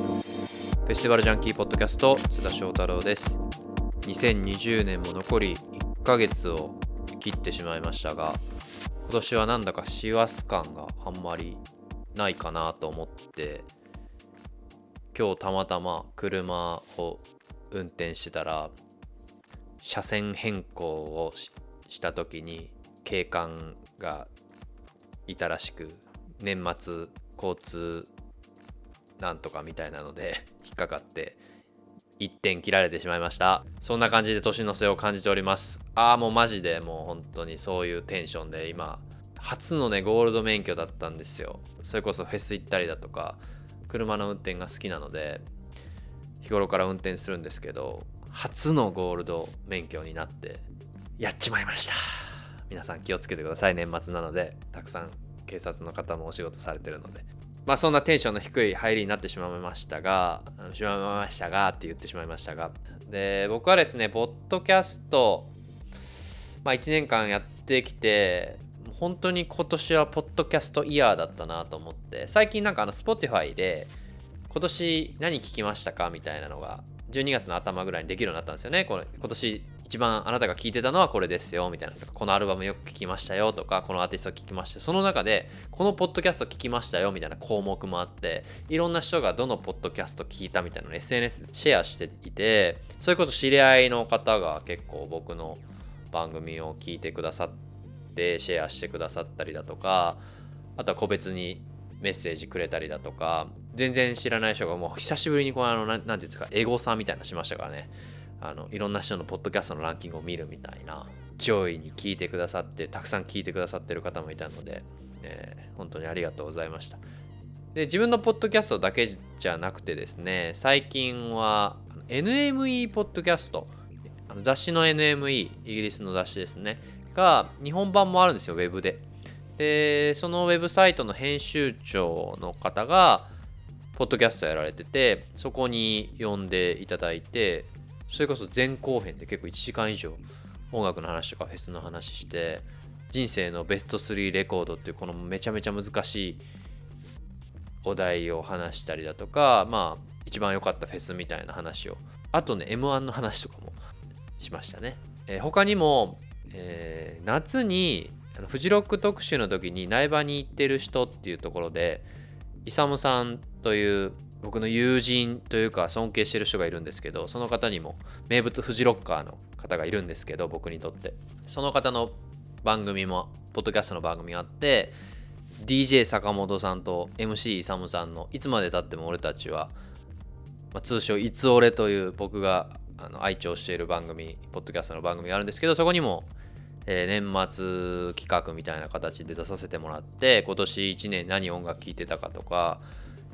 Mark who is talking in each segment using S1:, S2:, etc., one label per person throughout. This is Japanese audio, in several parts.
S1: フェスティバルジャンキーポッドキャスト津田翔太郎です2020年も残り1ヶ月を切ってしまいましたが今年はなんだか師走感があんまりないかなと思って今日たまたま車を運転してたら車線変更をしした時に警官がいたらしく年末交通なんとかみたいなので 引っかかって1点切られてしまいましたそんな感じで年の瀬を感じておりますああもうマジでもう本当にそういうテンションで今初のねゴールド免許だったんですよそれこそフェス行ったりだとか車の運転が好きなので日頃から運転するんですけど初のゴールド免許になってやっちまいました皆さん気をつけてください年末なのでたくさん警察の方もお仕事されてるのでまあそんなテンションの低い入りになってしまいましたが、しまいましたがって言ってしまいましたが、で、僕はですね、ポッドキャスト、まあ1年間やってきて、本当に今年はポッドキャストイヤーだったなと思って、最近なんかあの Spotify で、今年何聞きましたかみたいなのが、12月の頭ぐらいにできるようになったんですよね。これ今年一番あなたが聴いてたのはこれですよみたいなこのアルバムよく聴きましたよとかこのアーティスト聴きましたその中でこのポッドキャスト聴きましたよみたいな項目もあっていろんな人がどのポッドキャスト聴いたみたいなのを SNS シェアしていてそれこそ知り合いの方が結構僕の番組を聞いてくださってシェアしてくださったりだとかあとは個別にメッセージくれたりだとか全然知らない人がもう久しぶりにこうあの何て言うんですかエゴさんみたいなのしましたからねあのいろんな人のポッドキャストのランキングを見るみたいな上位に聞いてくださってたくさん聞いてくださってる方もいたので、えー、本当にありがとうございましたで自分のポッドキャストだけじゃなくてですね最近は NME ポッドキャストあの雑誌の NME イギリスの雑誌ですねが日本版もあるんですよウェブででそのウェブサイトの編集長の方がポッドキャストやられててそこに呼んでいただいてそれこそ前後編で結構1時間以上音楽の話とかフェスの話して人生のベスト3レコードっていうこのめちゃめちゃ難しいお題を話したりだとかまあ一番良かったフェスみたいな話をあとね M1 の話とかもしましたね、えー、他にも、えー、夏にあのフジロック特集の時に苗場に行ってる人っていうところでイサムさんという僕の友人というか尊敬してる人がいるんですけどその方にも名物フジロッカーの方がいるんですけど僕にとってその方の番組もポッドキャストの番組があって DJ 坂本さんと MC イサムさんの「いつまでたっても俺たちは」まあ、通称「いつ俺」という僕があの愛聴している番組ポッドキャストの番組があるんですけどそこにも、えー、年末企画みたいな形で出させてもらって今年1年何音楽聴いてたかとか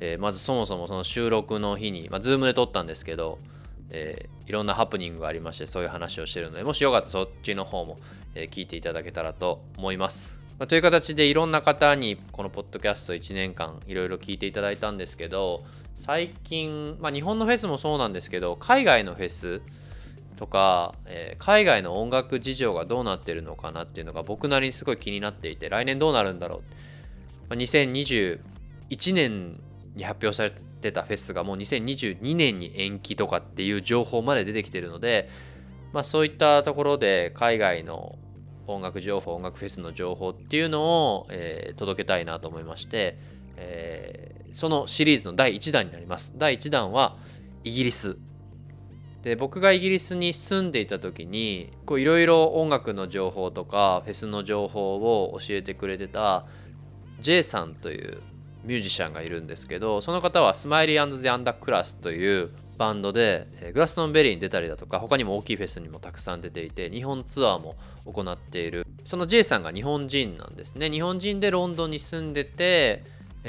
S1: えー、まずそもそもその収録の日に、まあ、Zoom で撮ったんですけど、えー、いろんなハプニングがありましてそういう話をしてるのでもしよかったらそっちの方も、えー、聞いていただけたらと思います、まあ、という形でいろんな方にこのポッドキャスト1年間いろいろ聞いていただいたんですけど最近、まあ、日本のフェスもそうなんですけど海外のフェスとか、えー、海外の音楽事情がどうなってるのかなっていうのが僕なりにすごい気になっていて来年どうなるんだろう、まあ、2021年に発表されてたフェスがもう2022年に延期とかっていう情報まで出てきてるので、まあ、そういったところで海外の音楽情報音楽フェスの情報っていうのを、えー、届けたいなと思いまして、えー、そのシリーズの第1弾になります第1弾はイギリスで僕がイギリスに住んでいた時にいろいろ音楽の情報とかフェスの情報を教えてくれてた J さんというミュージシャンがいるんですけどその方はスマイリーゼアンダークラスというバンドで、えー、グラストンベリーに出たりだとか他にも大きいフェスにもたくさん出ていて日本ツアーも行っているその J さんが日本人なんですね日本人でロンドンに住んでて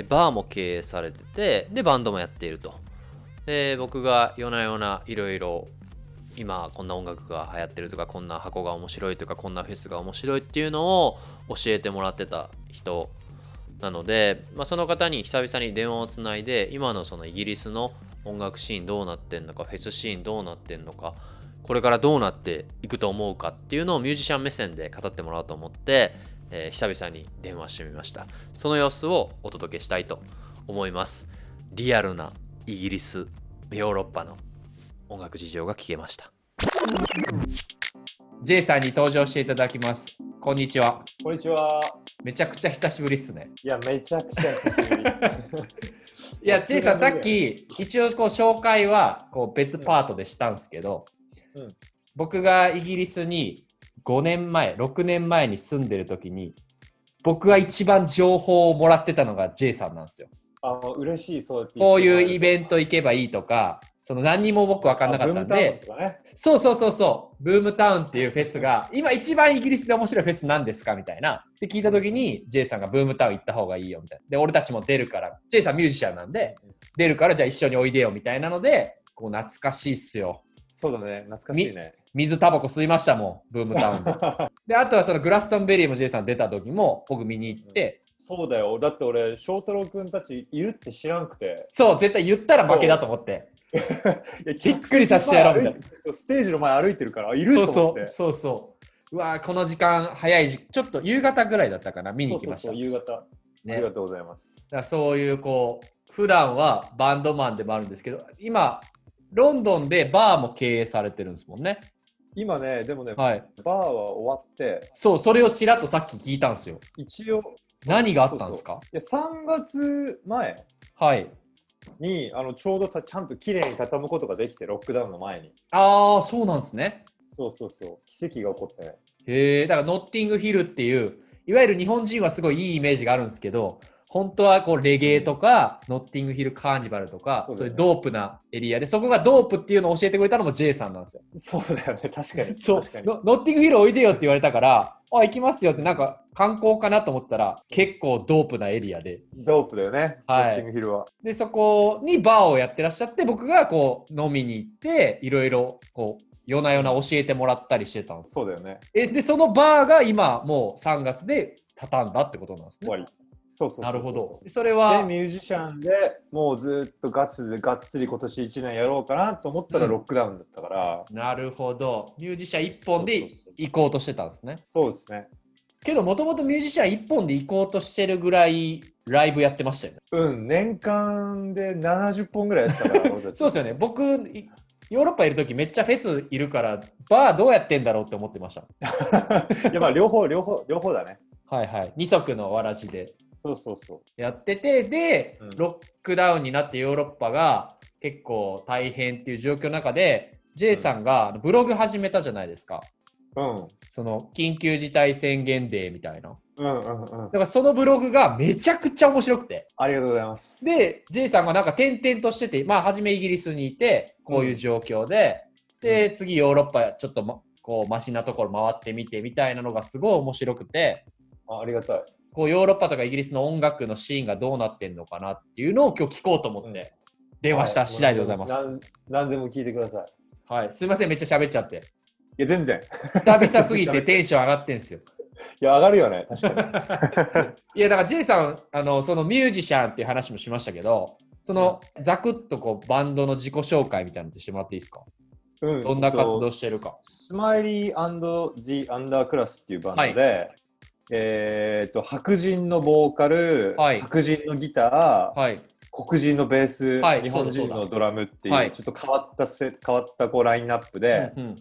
S1: バーも経営されててでバンドもやっているとで僕が夜な夜ないろいろ今こんな音楽が流行ってるとかこんな箱が面白いとかこんなフェスが面白いっていうのを教えてもらってた人なので、まあ、その方に久々に電話をつないで今のそのイギリスの音楽シーンどうなってんのかフェスシーンどうなってんのかこれからどうなっていくと思うかっていうのをミュージシャン目線で語ってもらおうと思って、えー、久々に電話してみましたその様子をお届けしたいと思いますリアルなイギリス
S2: ヨーロッパの音楽事情が聞けました
S1: J さんに登場していただきます。こんにちは。
S3: こんにちは。
S1: めちゃくちゃ久しぶりっすね。
S3: いや、めちゃくちゃ久しぶり。
S1: いや、
S3: 忘れ
S1: J さん、
S3: ら
S1: さ
S3: れる
S1: っき、一応、こう、紹介は、こう、別パートでしたんですけど、
S3: うん
S1: 僕がイギリスに5年前、6年前に住んでる時に、僕が一番情報をもらってたのが J さんなんですよ。
S3: あの嬉しい、そうやって言
S1: こ
S3: っ
S1: う
S3: てもらえる。
S1: いうイベント行けばいいとか、その何にも僕分かんなかったん
S3: あ文化
S1: で
S3: 部、とかね
S1: そうそうそうそう、ブームタウンっていうフェスが、今一番イギリスで面白いフェスなんですかみたいな。って聞いたときに、J さんがブームタウン行った方がいいよみたいな。で、俺たちも出るから、J さんミュージシャンなんで、出るからじゃあ一緒においでよみたいなので、こう懐かしいっすよ。
S3: そうだね、懐かしいね。
S1: 水タバコ吸いましたもん、ブームタウン で。で、あとはそのグラストンベリーも J さん出た時も、僕見に行って、
S3: そうだよ、だって俺、翔太郎くんたちいるって知らんくて。
S1: そう、絶対言ったら負けだと思って。
S3: い や
S1: びっくりさせてやろうみたい
S3: な。そうステージの前歩いてるから、あいると
S1: そう
S3: 思
S1: そ
S3: っ
S1: う、
S3: て。
S1: そうそう。うわーこの時間早い時ちょっと夕方ぐらいだったかな、見に行
S3: そう
S1: き
S3: そう
S1: ました。
S3: そう、夕方。あ
S1: ね
S3: りがとうございます
S1: だ。からそういうこう普段はバンドマンでもあるんですけど今ロンドンでバーも経営されてるんですもんね
S3: 今ね、でもね、バ
S1: はい
S3: ーは終わって、
S1: そうそれをちらっとさっき聞いたんですよ
S3: 一応、
S1: 何があったんですか
S3: いや3月前
S1: はい
S3: にあのちょうどたちゃんと綺麗に畳むことができて、ロックダウンの前に。
S1: ああそうなんですね
S3: そうそうそう、奇跡が起こってね。
S1: へえだからノッティングヒルっていういわゆる日本人はすごいいいイメージがあるんですけど本当はこうレゲエとかノッティングヒルカーニバルとか
S3: そう
S1: そう
S3: だ
S1: い
S3: よね
S1: うドープなエリアでそこがドープっていうのを教えてくれたのも J さんなんですよ
S3: そうだよね、確 かに。
S1: そう
S3: 確かに
S1: ノノッティングヒルおいでよって言われたから、あ、行きますよって、なんか観光かなと思ったら、結構ドープなエリアで。
S3: ドープだよね、
S1: はい
S3: ロッキングヒルは。
S1: で、そこにバーをやってらっしゃって、僕がこう飲みに行って、いろいろこう、夜な夜な教えてもらったりしてたんです。
S3: そうだよね、
S1: え、で、そのバーが今もう3月で畳んだってことなんです
S3: 終
S1: ね
S3: わ。り。そうそうそうそ
S1: な
S3: う
S1: るほど。それ
S3: で、
S1: は、
S3: ミュージシャンでもうずっとガチでがっつり今年1年やろうかなと思ったら
S1: うん
S3: ロックダウンだったから、
S1: なるほど。ミュージシャン1本
S3: そう
S1: で
S3: そうそう
S1: 行こうとしてたんですね。
S3: そうですね。
S1: けど、もともとミュージシャン1本で行こうとしてるぐらい、ライブやってましたよね。
S3: うん、年間で70本ぐらいやって たから、俺たち
S1: そうですよね。僕、いヨーロッパいるときめっちゃフェスいるから、バーどうやってんだろうって思ってました。
S3: いや、まあ、両方、両方、両方だね。
S1: はいはい。二足のわらじで
S3: そうそうそう。
S1: やってて、で
S3: うん、
S1: ロックダウンになってヨーロッパが結構大変っていう状況の中で、J さんがブログ始めたじゃないですか。
S3: うん。
S1: その緊急事態宣言デーみたいな。だ
S3: うんうんう
S1: か
S3: ん。
S1: らそのブログがめちゃくちゃ面白くて。
S3: ありがとうございます。
S1: で、J さんがなんか転々としてて、まあ、初めイギリスにいて、こういう状況で、
S3: うん
S1: で、次ヨーロッパ、ちょっと、ま、こう、マシなところ回ってみてみたいなのがすごい面白くて、
S3: あありがたい。
S1: こう、ヨーロッパとかイギリスの音楽のシーンがどうなってんのかなっていうのを今日聞こうと思って、電話した次第でございます。
S3: なん何でも聞いてください。
S1: はい、すいません、めっちゃ喋っちゃ って。
S3: いや、全然。
S1: 久々すぎてテンション上がってんすよ。
S3: いや、上がるよね、確かに。
S1: いやだから J さんあのそのミュージシャンっていう話もしましたけどそのざくっとこうバンドの自己紹介みたいなのってしてもらっていいですか
S3: う
S1: どんな活動してるか
S3: スマイリージ・アンダークラスっていうバンドで、えー、と白人のボーカル、
S1: はい
S3: 白人のギター、
S1: はい
S3: 黒人のベース、
S1: はい
S3: 日本人のドラムって
S1: そうだそう
S3: いう
S1: だはい
S3: ちょっと変わったせ変わったこうラインナップで、
S1: うんうん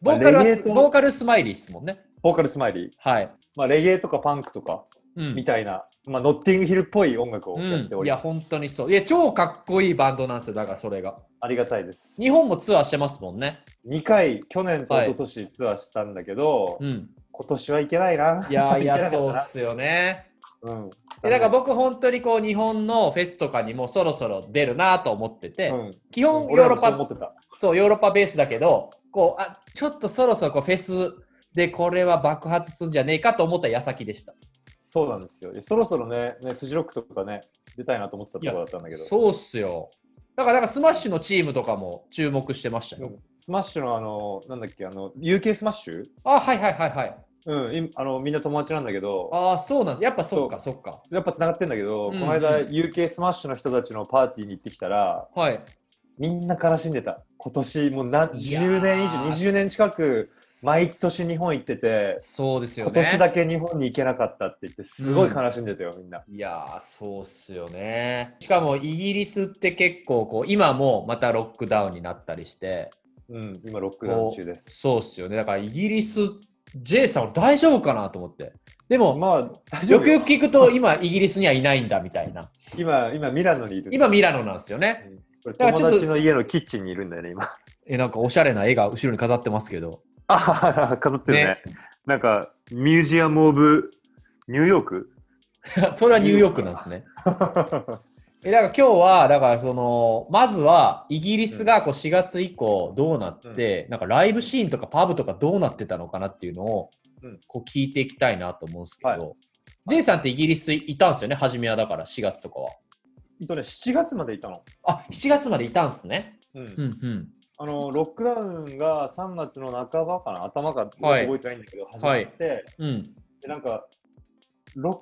S1: ボーカルは
S3: レゲエと
S1: ボーカルスマイリーですもんね。
S3: ボーカルスマイリー、
S1: はい。
S3: まあ、レゲエとかパンクとか
S1: うん、
S3: みたいな、まあ、ノッティングヒルっぽい音楽をやって
S1: う
S3: お
S1: ん、い
S3: り
S1: や、
S3: ます、
S1: 本当にそう。いや、超かっこいいバンドなんですよ、だからそれが。
S3: ありがたいです
S1: 日本もツアーしてますもんね。
S3: 2回去年と一昨年ツアーしたんだけど、
S1: うん。
S3: 今年はいけない ない
S1: や、い
S3: け
S1: や、
S3: なか
S1: そう
S3: っ
S1: った
S3: な
S1: すよ ね。
S3: うん、
S1: でだから僕、本当にこう、日本のフェスとかにもそろそろ出るなと思ってて、
S3: うん、
S1: 基本、ヨ
S3: 俺
S1: ー
S3: ら
S1: ロッ
S3: もそう
S1: パ
S3: 思ってた
S1: そう、ヨーロッパベースだけど、こう、あ、ちょっとそろそろこうフェスでこれは爆発するんじゃねえかと思った矢先でした。
S3: そうなんですよ。そろそろね、ねフジロックとかね、出たいなと思ってたところだったんだけど、
S1: そうっすよ。だから、なんかスマッシュのチームとかも注目してました
S3: で
S1: よ。
S3: もスマッシュのあの、なんだっけ、あの、UK スマッシュ
S1: あ、はいはいはいはい。
S3: うん、今あのみんな友達なんだけど、
S1: ああ、そうなんです。やっぱそっかそっか。
S3: やっぱつながってんだけど、
S1: うんうん
S3: この間、UK スマッシュの人たちのパーティーに行ってきたら、
S1: はい。
S3: みんな悲しんでた。今年、もうない
S1: やー
S3: 10年以上、20年近く毎年日本行ってて、
S1: そうですよね
S3: 今年だけ日本に行けなかったって言って、すごい悲しんでたよ、みんな。
S1: いやーそうっすよねしかもイギリスって結構こう今もまたロックダウンになったりして
S3: うん、今ロックダウン中です。
S1: そうっすよねだからイギリス J さん大丈夫かなと思ってでも、
S3: まあ、大丈
S1: よく
S3: 夫
S1: よ
S3: よ
S1: く聞くと今イギリスにはいないんだみたいな
S3: 今、今ミラノにいる。
S1: 今ミラノなんですよね
S3: これ
S1: だからちょっと
S3: 友達の家のキッチンにいるんだよね、 今。
S1: えなんかおしゃれな絵が後ろに飾ってますけど
S3: あはは飾ってるね
S1: ね
S3: なんか、ミュージアム・オブ・ニューヨ ーク
S1: それはニューヨークなんですねえだから今日はだからそのまずはイギリスがこう4月以降どうなって、なんかライブシーンとかパブとかどうなってたのかなっていうのを
S3: うん
S1: こう聞いていきたいなと思うんですけど、
S3: はい
S1: J さんってイギリスいたんですよね初めはだから4月とかは
S3: えっとね、7月までいたの。
S1: あ7月までいたんですね
S3: う
S1: う
S3: ん
S1: んうん
S3: あのロックダウンが3月の半ばかな、頭か
S1: はい
S3: 覚えてないんだけど、始まって、
S1: うん
S3: でなんか、ロッ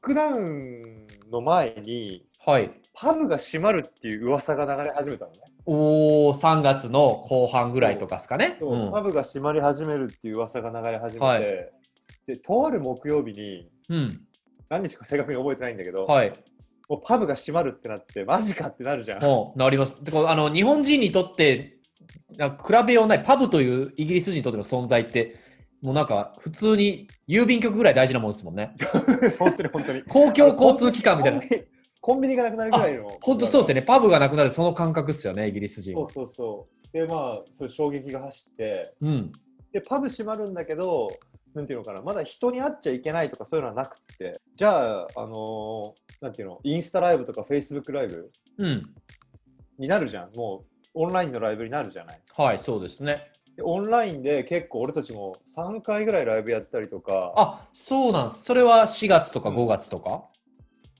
S3: クダウンの前に、
S1: はい
S3: パブが閉まるっていう噂が流れ始めたのね。
S1: おー3月の後半ぐらいとかですかね
S3: そう、
S1: うん
S3: パブが閉まり始めるっていう噂が流れ始めて、
S1: はい
S3: で、とある木曜日に、
S1: うん
S3: 何日か正確に覚えてないんだけど、
S1: はい
S3: もうパブが閉まるってなって、マジかってなるじゃん。
S1: もうなります。でこうあの日本人にとってなんか比べようないパブというイギリス人にとっての存在ってもうなんか普通に郵便局ぐらい大事なもんですもん ね。
S3: 本当に本当に。
S1: 公共交通機関みたいな
S3: コン。ビニ。コンビニがなくなるぐらいの。
S1: 本当そうですよね。パブがなくなるその感覚ですよね、イギリス人
S3: そ
S1: は
S3: う。そうそう。で、まあ、そういう衝撃が走って、
S1: うん。
S3: で、パブ閉まるんだけど、なんていうのかな、まだ人に会っちゃいけないとかそういうのはなくって、じゃあ、あのーなんていうの、インスタライブとかフェイスブックライブ
S1: うん。
S3: になるじゃん。もう、オンラインのライブになるじゃない。
S1: はい、そうですね。
S3: で、オンラインで結構俺たちも3回ぐらいライブやったりとか、
S1: あそうなんです。それは4月とか5月とか。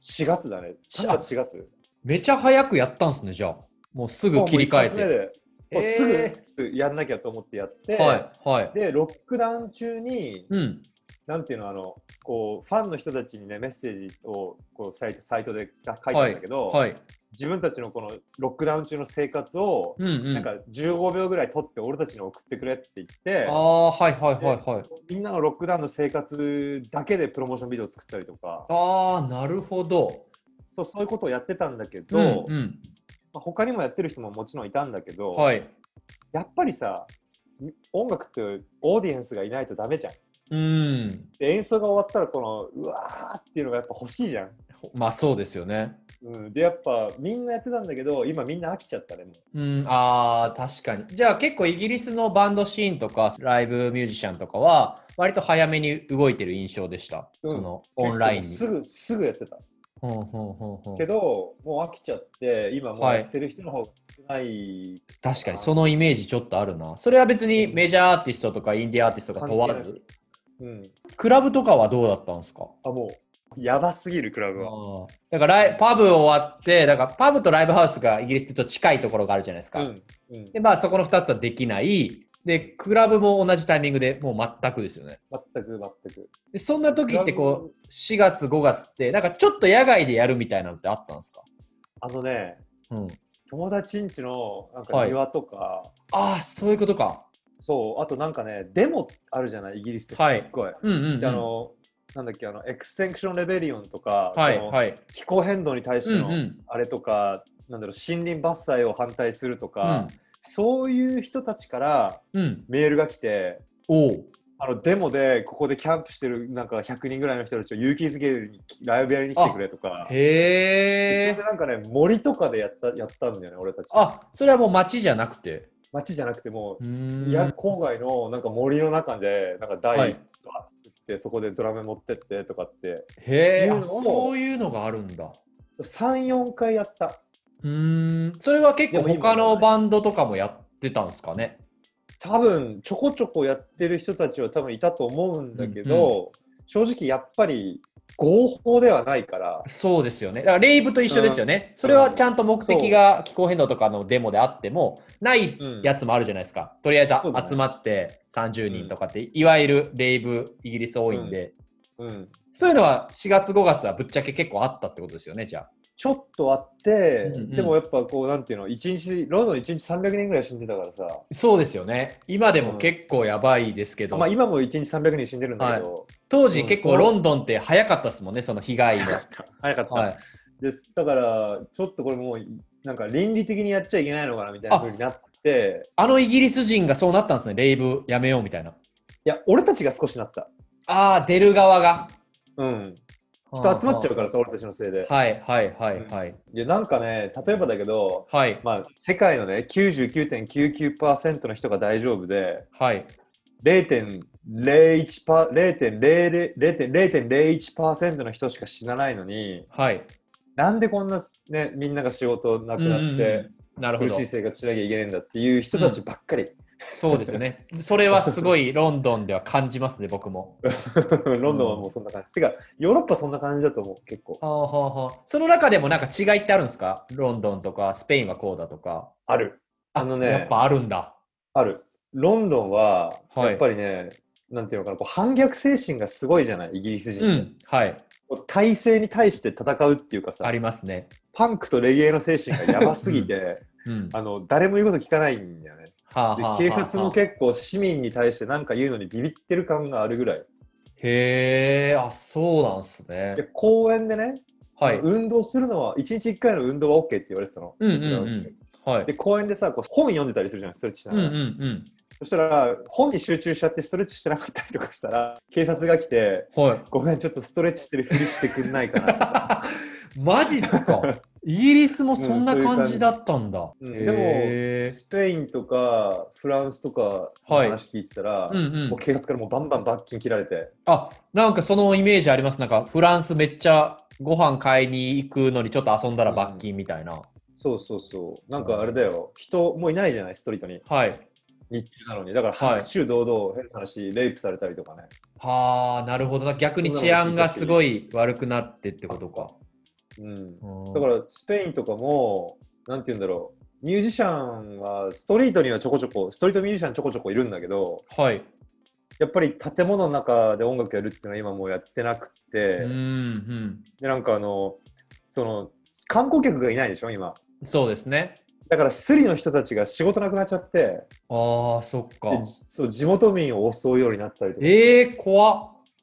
S3: 4月だね。3月4月。
S1: めちゃ早くやったんですね、じゃあ。もうすぐ
S3: もう
S1: 切り替え
S3: 一発目
S1: て。
S3: でそう
S1: えー
S3: すぐやんなきゃと思ってやって、
S1: はい、はい。
S3: で、ロックダウン中に、
S1: うん。
S3: なんていうの、あの、こう、ファンの人たちにね、メッセージを、こう、サイト、サイトで書いたんだけど、
S1: はい。
S3: 自分たちのこのロックダウン中の生活を、
S1: うんうん。
S3: なんか15秒ぐらい撮って俺たちに送ってくれって言って
S1: あ、あ、はいはいはいはい。
S3: みんなのロックダウンの生活だけでプロモーションビデオを作ったりとか、
S1: ああ、なるほど。
S3: そうそういうことをやってたんだけど、
S1: うんうん
S3: まあ、他にもやってる人ももちろんいたんだけど、
S1: はい。
S3: やっぱりさ、音楽ってオーディエンスがいないとダメじゃん。
S1: うん。
S3: で演奏が終わったらこのうわーっていうのがやっぱ欲しいじゃん。
S1: まあそうですよね。
S3: うん、でやっぱみんなやってたんだけど今みんな飽きちゃったねも
S1: うん、ああ、確かに。じゃあ結構イギリスのバンドシーンとかライブミュージシャンとかは割と早めに動いてる印象でした。
S3: うん
S1: その
S3: う
S1: オンラインに。
S3: すぐすぐやってた
S1: ほんほんほんほん
S3: けどもう飽きちゃって今もう
S1: はい
S3: やってる人の方が少ない
S1: 確かにそのイメージちょっとあるな。それは別にメジャーアーティストとかインディアアーティストとか問わ
S3: 関
S1: ず。
S3: うん、
S1: クラブとかはどうだったんですか
S3: あもうやばすぎるクラブは、
S1: あーだからライパブ終わって、だからパブとライブハウスがイギリスってちょっと近いところがあるじゃないです
S3: う
S1: か。
S3: んうん、
S1: で、まあそこの2つはできない。で、クラブも同じタイミングでもう全くですよね。
S3: 全く全く
S1: で、そんな時って
S3: クラ
S1: こう、4月、5月って、なんかちょっと野外でやるみたいなのってあったんですか
S3: あのね
S1: うん。
S3: 友達んちのなん
S1: は
S3: か
S1: い
S3: 庭とか、
S1: ああ、そういうことか。
S3: そうあとなんかねデモあるじゃないイギリスってす
S1: はい
S3: っごい、
S1: うんうん、うん。
S3: であのなんだっけあのエクステンクションレベリオンとか、
S1: はい、
S3: この
S1: はい。
S3: 気候変動に対して
S1: うんう
S3: の、
S1: ん。
S3: あれとかなんだろう森林伐採を反対すると
S1: う
S3: か、
S1: ん。
S3: そういう人たちから
S1: うん。
S3: メールが来て
S1: おう
S3: あのデモでここでキャンプしてるなんか100人ぐらいの人たちを勇気づけるにライブやりに来てくれとか
S1: へ
S3: で
S1: え
S3: それで。なんかね森とかでやったやったんだよね俺たち
S1: あ、それはもう街じゃなくて。
S3: 街じゃなくても
S1: う
S3: う、
S1: ーん。
S3: いや郊外のなんか森の中でなんか
S1: は
S3: 台
S1: い
S3: とか作って、そこでドラム持ってってとかって
S1: へえ。
S3: いうのを
S1: あそういうのがあるんだ。
S3: 34回やった
S1: うーん。それは結構
S3: でも今
S1: 他のバンドとかもやってたんですかね。
S3: 多分ちょこちょこやってる人たちは多分いたと思うんだけど、正直やっぱり合法ではないから
S1: そうですよね。だからレイブと一緒ですよね。それはちゃんと目的が気候変動とかのデモであっても、ないやつもあるじゃないですか。とりあえず
S3: そうだね
S1: 集まって30人とかって、いわゆるレイブ、イギリス多いんで、
S3: うん
S1: そういうのは4月、5月はぶっちゃけ結構あったってことですよね、じゃあ。
S3: ちょっとあって、
S1: うんうん
S3: でもやっぱこうなんていうの一日ロンドン一日300人ぐらい死んでたからさ
S1: そうですよね。今でも結構やばいですけど、
S3: まあ今も一日300人死んでるんだけど、
S1: 当時結
S3: う
S1: 構
S3: ん
S1: ロンドンって早かったですもんね、その被害の。
S3: 早かった、
S1: はい、
S3: ですだからちょっとこれもうなんか倫理的にやっちゃいけないのかなみたいな風になって
S1: あのイギリス人がそうなったんですね、レイブやめようみたいな。
S3: いや俺たちが少しなった
S1: ああ、出る側が。
S3: うん人集まっちゃうからさ俺たちのせいで、
S1: はいはいはいはい。
S3: いやなんかね例えばだけど
S1: はい
S3: まあ世界のね99.99%の人が大丈夫で
S1: はい。
S3: 0.01%パ0.00 0.001%の人しか死なないのに
S1: はい。
S3: なんでこんな、ね、みんなが仕事なくなって、
S1: うんうんうなるほ
S3: 苦
S1: ど
S3: しい。生活しなきゃいけないんだっていう人たちばっかり、
S1: そうですよね。 それはすごいロンドンでは感じますね、僕も。
S3: ロンドンはもうそんな感じ、てかヨーロッパそんな感じだと思う結構
S1: はあはあはあその中でもなんか違いってあるんですかロンドンとかスペインはこうだとか。
S3: あるあのね
S1: やっぱあるんだ。
S3: あるロンドンは
S1: はい
S3: やっぱりね、なんていうのかなこう反逆精神がすごいじゃないイギリス人、
S1: うん。はい。
S3: こう体制に対して戦うっていうかさ
S1: ありますね。
S3: パンクとレゲエの精神がやばすぎて
S1: うん。
S3: あの誰も言うこと聞かないんだよね
S1: はあ
S3: で
S1: はあはあはあ
S3: 警察も結構市民に対して何か言うのにビビってる感があるぐらい
S1: へえ、あ、そうなんすね
S3: で。公園でね、
S1: はい。
S3: あの
S1: うん
S3: 運動するのは1日1回の運動は OK って言われてたの、
S1: うんうん。はい。
S3: で公園でさこう本読んでたりするじゃんストレッチしな
S1: うん
S3: が
S1: うん
S3: ら、
S1: うん。
S3: そしたら本に集中しちゃってストレッチしてなかったりとかしたら警察が来て
S1: はい。
S3: ごめんちょっとストレッチしてるふりしてくんないかなとか
S1: マジっす かイギリスもそんな感じだったんだ。
S3: うん
S1: へえ
S3: スペインとかフランスとかの
S1: はい
S3: 話聞いてたら、
S1: うんう
S3: も
S1: ん
S3: う、警察からもうバンバン罰金切られて
S1: あなんかそのイメージありますなんかフランスめっちゃご飯買いに行くのにちょっと遊んだら罰金みたいな、
S3: そうそうそうなんかあれだよ人もういないじゃないストリートに
S1: はい
S3: 日中なのにだから
S1: はい
S3: 白昼堂々変な話レイプされたりとかね
S1: はあなるほどな逆に治安がすごい悪くなってってことか
S3: うん
S1: うん
S3: だからスペインとかも、なんて言うんだろう、ミュージシャンはストリートにはちょこちょこ、ストリートミュージシャンちょこちょこいるんだけど、
S1: はい
S3: やっぱり建物の中で音楽やるっていうのは今もうやってなくって、
S1: うんうん
S3: で、なんかあの、その、観光客がいないでしょ、今。
S1: そうですね
S3: だからスリの人たちが仕事なくなっちゃって、
S1: ああそっか
S3: でそう地元民を襲うようになったりとか。
S1: ええー、怖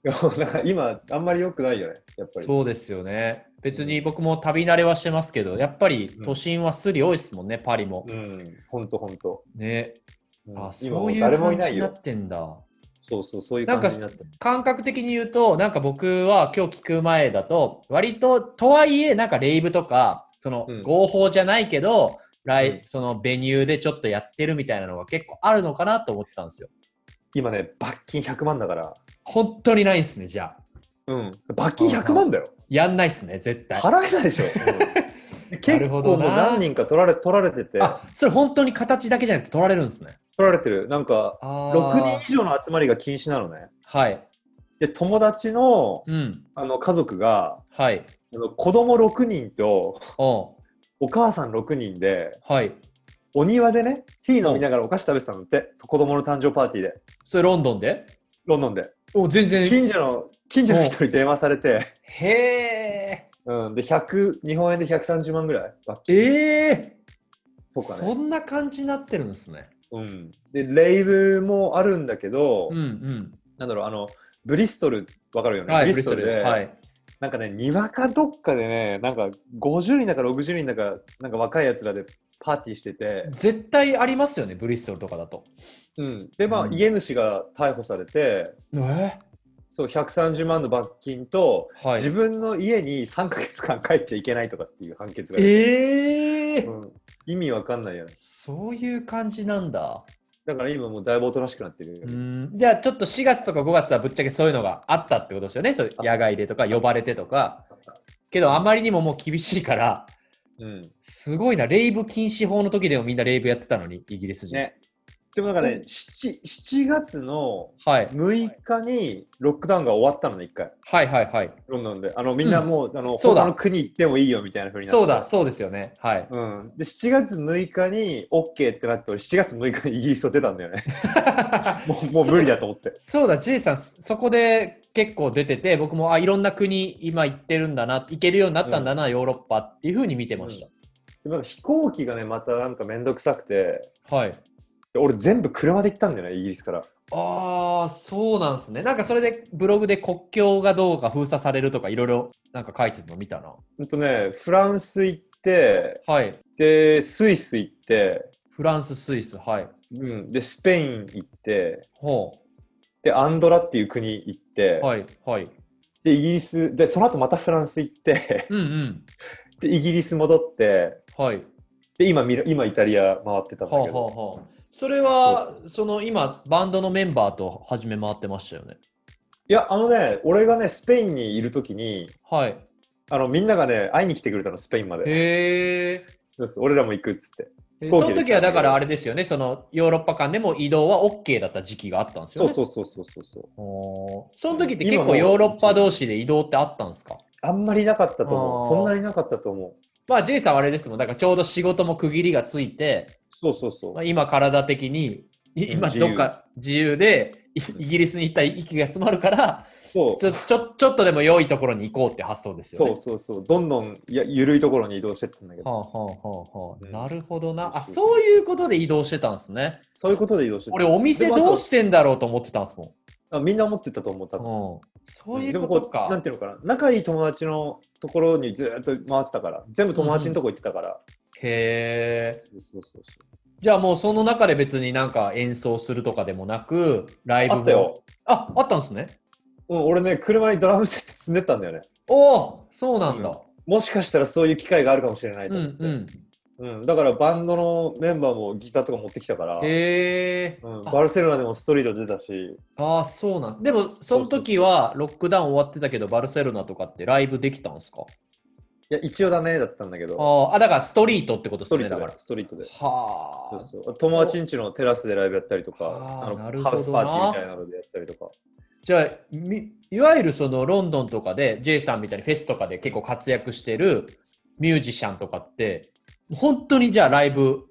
S1: っ
S3: なんか今、あんまり良くないよね、やっぱり。
S1: そうですよね別に僕も旅慣れはしてますけどやっぱり都心はスリ多いですもんねパリも
S3: うん、ほんとほんと。
S1: ね
S3: うん
S1: あ
S3: 今
S1: そ
S3: も
S1: う
S3: う
S1: いう
S3: 誰も
S1: 感
S3: いな
S1: じ
S3: い
S1: にな
S3: よ
S1: っ。てんだ
S3: そうそう、そういう
S1: なんか
S3: 感じになってる。
S1: 感覚的に言うとなんか僕は今日聞く前だと割ととはいえなんかレイブとかその
S3: うん
S1: 合法じゃないけど、来
S3: うん
S1: そのベニューでちょっとやってるみたいなのが結構あるのかなと思ってたんですよ。
S3: 今ね、罰金100万だから。
S1: 本当にないんすねじゃあ。
S3: うん、罰金100万だよ。
S1: やんないっすね絶対。
S3: 払えないでしょ。
S1: な
S3: 結
S1: るほ
S3: 構も
S1: ど
S3: う
S1: な
S3: 何人か取られ取られてて、取
S1: あそれ本当に形だけじゃなくて取られるんですね。
S3: られてる。なんか、
S1: あー
S3: 6人以上の集まりが禁止なのね。
S1: はい。
S3: で、友達の
S1: うん。
S3: あの家族が、
S1: はい。
S3: あの子供6人と
S1: おう
S3: お母さん6人で、
S1: はい。
S3: お庭でね、ティー飲みながらお菓子食べてたのって、子供の誕生パーティーで、
S1: それロンドンで
S3: ロンドンで。
S1: お全然。
S3: 近所の、近所の人に電話されて、
S1: へえ。
S3: うん、で、100、日本円で130万ぐらい罰金
S1: ええ
S3: とか
S1: そ
S3: ね。
S1: んな感じになってるんですね。
S3: うん。で、レイブもあるんだけど、
S1: うんうん。
S3: なんだろう、あの、ブリストル、わかるよね、
S1: はい、
S3: ブリストルで、
S1: はい。
S3: なんかね、にわかどっかでね、なんか50人だか60人だか、なんか若いやつらでパーティーしてて、
S1: 絶対ありますよね、ブリストルとかだと。
S3: うん、で、まあ、
S1: うん
S3: 家主が逮捕されて、
S1: え
S3: そう、130万の罰金と、
S1: は
S3: 自
S1: い。
S3: 分の家に3ヶ月間帰っちゃいけないとかっていう判決が、
S1: ええ
S3: うん、意味わかんないよね。
S1: そういう感じなんだ。
S3: だから今もうだいぶおとなしくなってるよ
S1: う
S3: ね、
S1: ん。じゃあちょっと4月とか5月はぶっちゃけそういうのがあったってことですよね。そういう野外でとか呼ばれてとか。けどあまりにももう厳しいから、
S3: うん。
S1: すごいな。レイブ禁止法の時でもみんなレイブやってたのに、イギリス人。
S3: ね。でもなんか
S1: う
S3: ね、7, 7月の
S1: はい。
S3: 6日にロックダウンが終わったのね、一回。
S1: はいはいはい。
S3: ロンドンで。あの、みんなもう、あの、
S1: そうだ
S3: 他の国行ってもいいよみたいなふうになって。
S1: そうだ、そうですよね。はい。
S3: うん。で、7月6日に OK ってなって、俺7月6日にイギリスを出たんだよね。もう、もう無理だと思って。
S1: そうだ、ジェイさん、そこで結構出てて、僕もあいろんな国今行ってるんだな、行けるようになったんだな、ヨーロッパっていうふうに見てました。
S3: でなんか飛行機がねまたなんかめんどくさくて
S1: はい。
S3: で俺全部車で行ったんだよねイギリスから
S1: ああ、そうなんですね。なんかそれでブログで国境がどうか封鎖されるとかいろいろなんか書いてるの見たな。
S3: ほんとねフランス行って
S1: はい。
S3: でスイス行って、
S1: フランス、スイス、はい。
S3: うん、でスペイン行って
S1: ほ
S3: でアンドラっていう国行って、
S1: う。はい、はい。
S3: でイギリスでその後またフランス行って
S1: うんうん。
S3: でイギリス戻って
S1: はい。
S3: で今ミラ今イタリア回ってたんだ
S1: は
S3: け
S1: あ、
S3: ど、
S1: はあ、はあ。それは、その今、バンドのメンバーと初め回ってましたよね。
S3: いやあのね俺がねスペインにいる時に
S1: はい。
S3: あのみんながね会いに来てくれたのスペインまで
S1: へえ。
S3: そうそう俺らも行くっつって
S1: え
S3: 飛
S1: そ
S3: 行機
S1: の
S3: で来たんだけど
S1: 時はだからあれですよね、そのヨーロッパ間でも移動は OK だった時期があったんですよ
S3: そう
S1: ね。う
S3: そうそうそうそうそう
S1: そう。その時って結構ヨーロッパ同士で移動ってあったんですか
S3: あんまりなかったと思
S1: あ
S3: う
S1: ー
S3: そんなになかったと思う
S1: まあ J さんはあれですもん、だからちょうど仕事も区切りがついて、
S3: そうそうそう
S1: まあ、今体的に、い
S3: うん
S1: 今
S3: 自由
S1: どっか自由で、いイギリスに行ったら息が詰まるから、
S3: そう
S1: ちょちょちょっとでも良いところに行こうって発想ですよね。
S3: そうそうそうどんどんや緩いところに移動してったんだけど
S1: はあはあはあはあ
S3: うん
S1: なるほどな。あ、
S3: そう
S1: そういうことで移動してたんですね。
S3: そういうことで移動して
S1: 俺、お店どうしてんだろうと思ってたんですもん。
S3: たあみんな思ってたと思う多分
S1: うん、そうい
S3: で
S1: う
S3: も
S1: こと
S3: うなん
S1: か。
S3: ていうのかな仲いい友達のところにずーっと回ってたから全部友達のとこ行ってたから、
S1: へえ。
S3: そうそうそうそう
S1: じゃあもうその中で別になんか演奏するとかでもなく、ライブも
S3: あったよ。
S1: あ、あったんですね。
S3: うん、俺ね、車にドラムセット積んでったんだよね。
S1: おお、そうなんだ。
S3: もしかしたらそういう機会があるかもしれないと
S1: うん、
S3: 思
S1: う
S3: って。
S1: ん。
S3: うんだからバンドのメンバーもギターとか持ってきたから、
S1: へえ。
S3: うん、
S1: あ
S3: バルセロナでもストリート出たし、
S1: あー、そうなんです。でも、その時はロックダウン終わってたけど、バルセロナとかってライブできたんですか
S3: いや、一応ダメだったんだけど、
S1: あーあ、だからストリートってことです
S3: スト
S1: よ
S3: リー
S1: ね、だ
S3: ト
S1: か
S3: で
S1: ら。、
S3: ストリートで。
S1: は
S3: そう
S1: あ。
S3: そう友達ん家のテラスでライブやったりとか、
S1: あー
S3: あの
S1: なるほ
S3: ハ
S1: どな
S3: ウスパーティーみたいなのでやったりとか。
S1: じゃあみいわゆるそのロンドンとかで J さんみたいにフェスとかで結構活躍してるミュージシャンとかって本当にじゃあライブ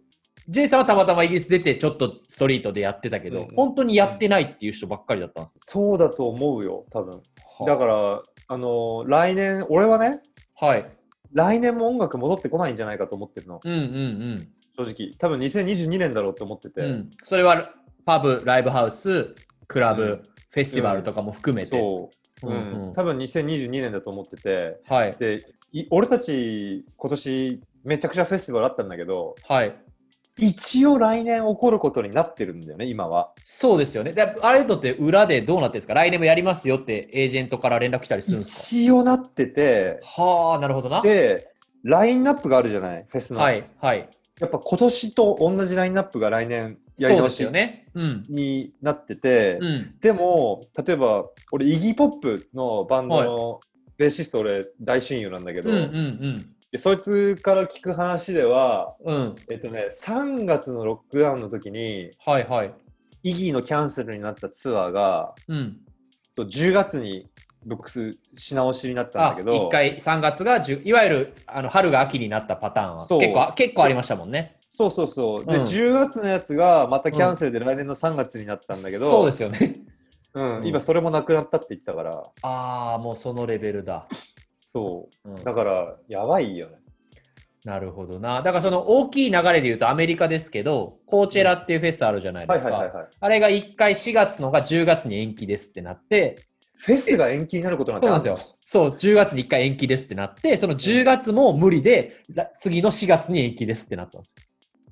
S1: J さんはたまたまイギリス出てちょっとストリートでやってたけど、
S3: うんうん
S1: 本当にやってないっていう人ばっかりだったんです
S3: そうだと思うよ、多分。だから、あのー来年、俺はね、
S1: らはい
S3: 来年も音楽戻ってこないんじゃないかと思ってるの、
S1: うんうん
S3: 正直。多分2022年だろうって思ってて。
S1: うん、うん、それはパブライブハウスクラブ、
S3: うん
S1: フェスティバルとかも含めて、
S3: そう、う
S1: うん
S3: ん
S1: うん
S3: 多分2022年だと思ってて
S1: はい
S3: でい俺たち今年めちゃくちゃフェスティバルあったんだけど
S1: はい
S3: 一応来年起こることになってるんだよね今は
S1: そうですよねであれとって裏でどうなってるんですか来年もやりますよってエージェントから連絡来たりするんですか
S3: 一応なってて
S1: はあなるほどな
S3: でラインナップがあるじゃないフェスの、
S1: はいはい。
S3: やっぱ今年と同じラインナップが来年やり
S1: そう
S3: 直
S1: です
S3: し
S1: よね。うん。
S3: になってて、
S1: うん。
S3: でも例えば俺イギー・ポップのバンドのベーシスト俺大親友なんだけ
S1: う
S3: ど、
S1: んうん
S3: でそいつから聞く話では
S1: うん。うん。
S3: えっとね、3月のロックダウンの時に、
S1: はいはい。
S3: イギーのキャンセルになったツアーが、
S1: うん。
S3: と10月にブックスし直しになったんだ
S1: あ、
S3: けど、
S1: 一回3月が10、いわゆるあの春が秋になったパターンは
S3: そう
S1: 結構あ結構ありましたもんね。
S3: そうそうそう、で、
S1: うん
S3: 10月のやつがまたキャンセルで来年の3月になったんだけど、
S1: そうですよね。
S3: うん
S1: うん
S3: 今それもなくなったって言ってたから、
S1: ああ、もうそのレベルだ。
S3: そうう、
S1: ん
S3: だから、やばいよね。
S1: なるほどな。だからその大きい流れで言うとアメリカですけど、コーチェラっていうフェスあるじゃない
S3: は
S1: で
S3: い
S1: す
S3: はいはい
S1: か。
S3: はい。
S1: あれが1回4月のが10月に延期ですってなって、
S3: フェスが延期になることなん
S1: そ
S3: て
S1: うな
S3: あ
S1: ん
S3: る
S1: ですよ。そう、10月に1回延期ですってなって、その10月も無理で、ら次の4月に延期ですってなったんですよ。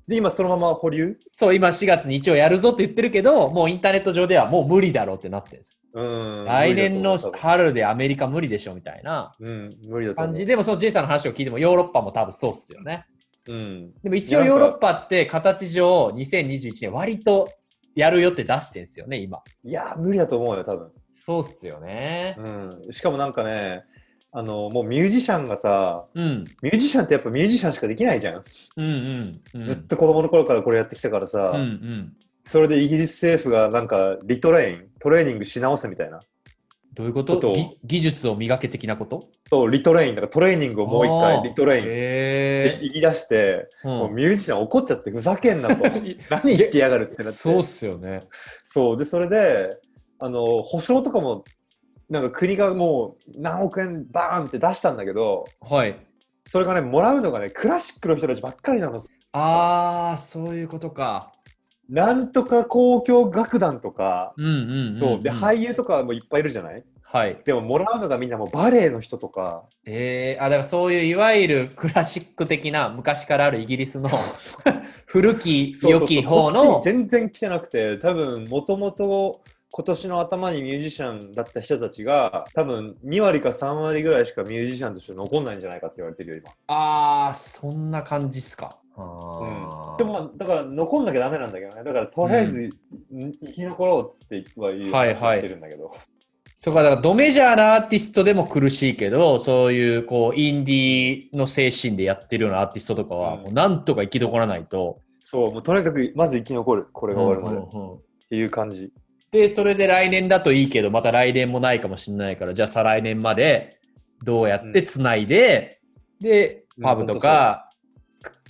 S3: で、今そのまま保留
S1: そう、今4月に一応やるぞって言ってるけど、もうインターネット上ではもう無理だろうってなってるんです。
S3: うん。
S1: 来年の
S3: 無理だと思う多分
S1: 春でアメリカ無理でしょみたいな
S3: うん、無理だと思
S1: 感
S3: う
S1: じ。でも、その J さんの話を聞いてもヨーロッパも多分そうっすよね。
S3: うん。
S1: でも一応ヨーロッパって形上2021年割とやるよって出してんすよね、今。
S3: いやー、無理だと思うよ、多分。
S1: そうっすよね。
S3: うん、しかもなんかねあのもうミュージシャンがさ
S1: うん、
S3: ミュージシャンってやっぱミュージシャンしかできないじゃん、
S1: うん、うんうん。
S3: ずっと子供の頃からこれやってきたからさ、
S1: うん、うん。
S3: それでイギリス政府がなんかリトレイントレーニングし直せみたいな
S1: どういうこ
S3: こととを
S1: ぎ技術を磨け的なこと
S3: そうリトレインだからトレーニングをもう一
S1: あ
S3: 回
S1: ー
S3: リトレインで
S1: へー
S3: 言い出して、
S1: うん
S3: もうミュージシャン怒っちゃってふざけんなと 何言ってやがるってなって
S1: そうっすよね。
S3: そうでそれであの保証とかもなんか国がもう何億円バーンって出したんだけど、
S1: はい。
S3: それがね、もらうのがね、クラシックの人たちばっかりなの。
S1: ああ、そういうことか。
S3: なんとか交響楽団とか、
S1: うんうんんん
S3: そう。で、俳優とかもいっぱいいるじゃない
S1: はい。
S3: でも、もらうのがみんなもうバレエの人とか、
S1: えー、あだからそういういわゆる クラシック的な昔からあるイギリスの 古き
S3: そうそう
S1: 良
S3: そう
S1: き方
S3: こっ
S1: の
S3: ちに全然来てなくて、多分、もともと今年の頭にミュージシャンだった人たちが、多分2割か3割ぐらいしかミュージシャンとして残んないんじゃないかって言われてるよ、今。
S1: ああそんな感じっすか。あー
S3: でもまあだから残んなきゃダメなんだけどねだからとりあえず、ん生き残ろうっつってはいい
S1: はいはい
S3: してるんだけど、
S1: そうかだからドメジャーなアーティストでも苦しいけどそういうこうインディーの精神でやってるようなアーティストとかは、
S3: うん
S1: もうなんとか生き残らないと。
S3: そうもうとにかくまず生き残るこれが終わるまで、っ
S1: うんうんうん
S3: ていう感じ
S1: でそれで来年だといいけどまた来年もないかもしれないからじゃあ再来年までどうやってつないで、で
S3: うん
S1: パブとか、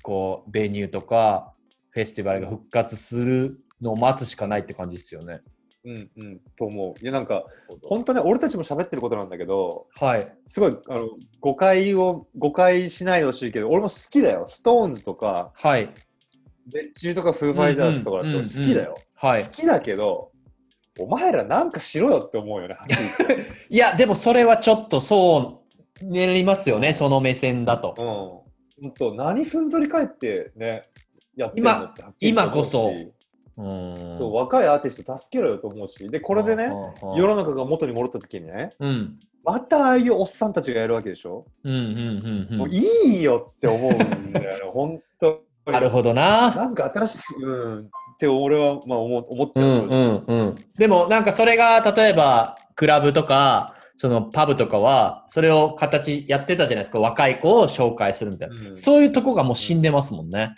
S1: こうベニューとかフェスティバルが復活するのを待つしかないって感じですよね。
S3: うんうんと思ういやなんか本当ね俺たちも喋ってることなんだけど
S1: はい。
S3: すごいあの誤解を誤解しないでほしいけど俺も好きだよストーンズとか
S1: はい。
S3: ベッチューとかフーファイターズとかだって
S1: うんうん
S3: 俺好きだよ、
S1: はい
S3: 好きだけどお前らなんかしろよって思うよねはっきり言って
S1: いやでもそれはちょっとそうなりますよね、その目線だと。
S3: うん。ほんと、何ふんぞり返ってね、やってるのってはっきり
S1: 今こそ
S3: 思うし
S1: うん
S3: そう、若いアーティスト助けろよと思うし、で、これでね、世
S1: う
S3: の中が元に戻った時にね、
S1: ん
S3: またああいうおっさんたちがやるわけでしょ、
S1: うんうんうん
S3: も
S1: う。
S3: うんいいよって思うん だよね、ほんと。
S1: なるほどな。
S3: なんか新しい、うん、って俺は、まあ、思う思っち
S1: う
S3: ゃう、
S1: んうんうん、でもなんかそれが例えばクラブとかそのパブとかはそれを形やってたじゃないですか若い子を紹介するみたいな、
S3: うん
S1: そういうとこがもう死んでますもんね、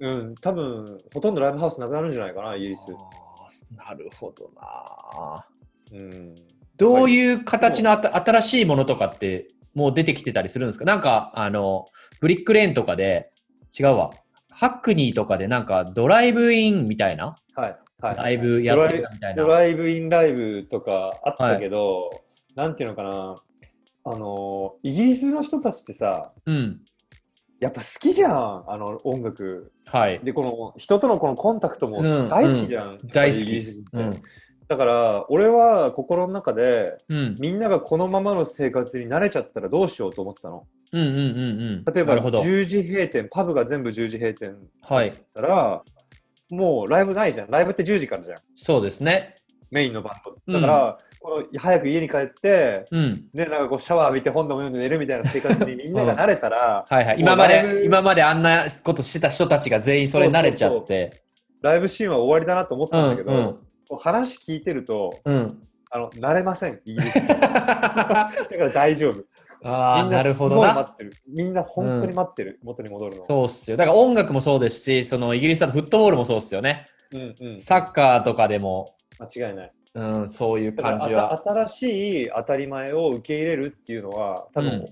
S3: うん、多分ほとんどライブハウスなくなるんじゃないかな、イギリス。
S1: あーなるほどな
S3: うん、
S1: どういう形のあた新しいものとかってもう出てきてたりするんですかなんかあのブリックレーンとかで違うわハックニーとかでなんかドライブインみたいな
S3: はい、はい。
S1: ライブやってたみたいな
S3: ドライブインライブとかあったけど、なんていうのかな、あの、イギリスの人たちってさ、
S1: うん
S3: やっぱ好きじゃん、あの音楽。
S1: はい、
S3: で、この人とのこのコンタクトも
S1: うん
S3: 大好きじゃん。
S1: 大好き
S3: イギリスって
S1: うん
S3: だから、俺は心の中で、
S1: うん、
S3: みんながこのままの生活に慣れちゃったらどうしようと思ってたの。
S1: うんうんうんうん。
S3: 例
S1: な
S3: えば
S1: るほど。
S3: 10時閉店、パブが全部10時閉店
S1: はい。
S3: だったら、もうライブないじゃん。ライブって10時からじゃん。
S1: そうですね。
S3: メインのバン
S1: う
S3: ド。
S1: ん
S3: だから、この早く家に帰って、
S1: うん。
S3: ね、なんかこうシャワー浴びて本でも読んで寝るみたいな生活にみんなが慣れたら、
S1: はいはい。
S3: もう
S1: 今ま
S3: だい
S1: で、
S3: ぶ
S1: 今まであんなことしてた人たちが全員それ慣れちゃって。
S3: ライブシーンは終わりだなと思って
S1: うん
S3: たん
S1: う
S3: だけど、
S1: ん。
S3: こう話聞いてると
S1: うん。
S3: あの慣れませんイギリ ス人だから大丈夫
S1: ああ、
S3: みん
S1: な
S3: な
S1: る
S3: す
S1: ほ
S3: ごい
S1: ど
S3: 待
S1: な。
S3: ってるみんな本当に待ってる、元に戻るの
S1: そうっすよ。だから音楽もそうですし、そのイギリスだとフットボールもそうっすよね。
S3: うんうん
S1: サッカーとかでも、
S3: 間違いない
S1: うん、そういう
S3: だから
S1: 感じ
S3: あ
S1: は。
S3: た新しい当たり前を受け入れるっていうのは多分、
S1: うん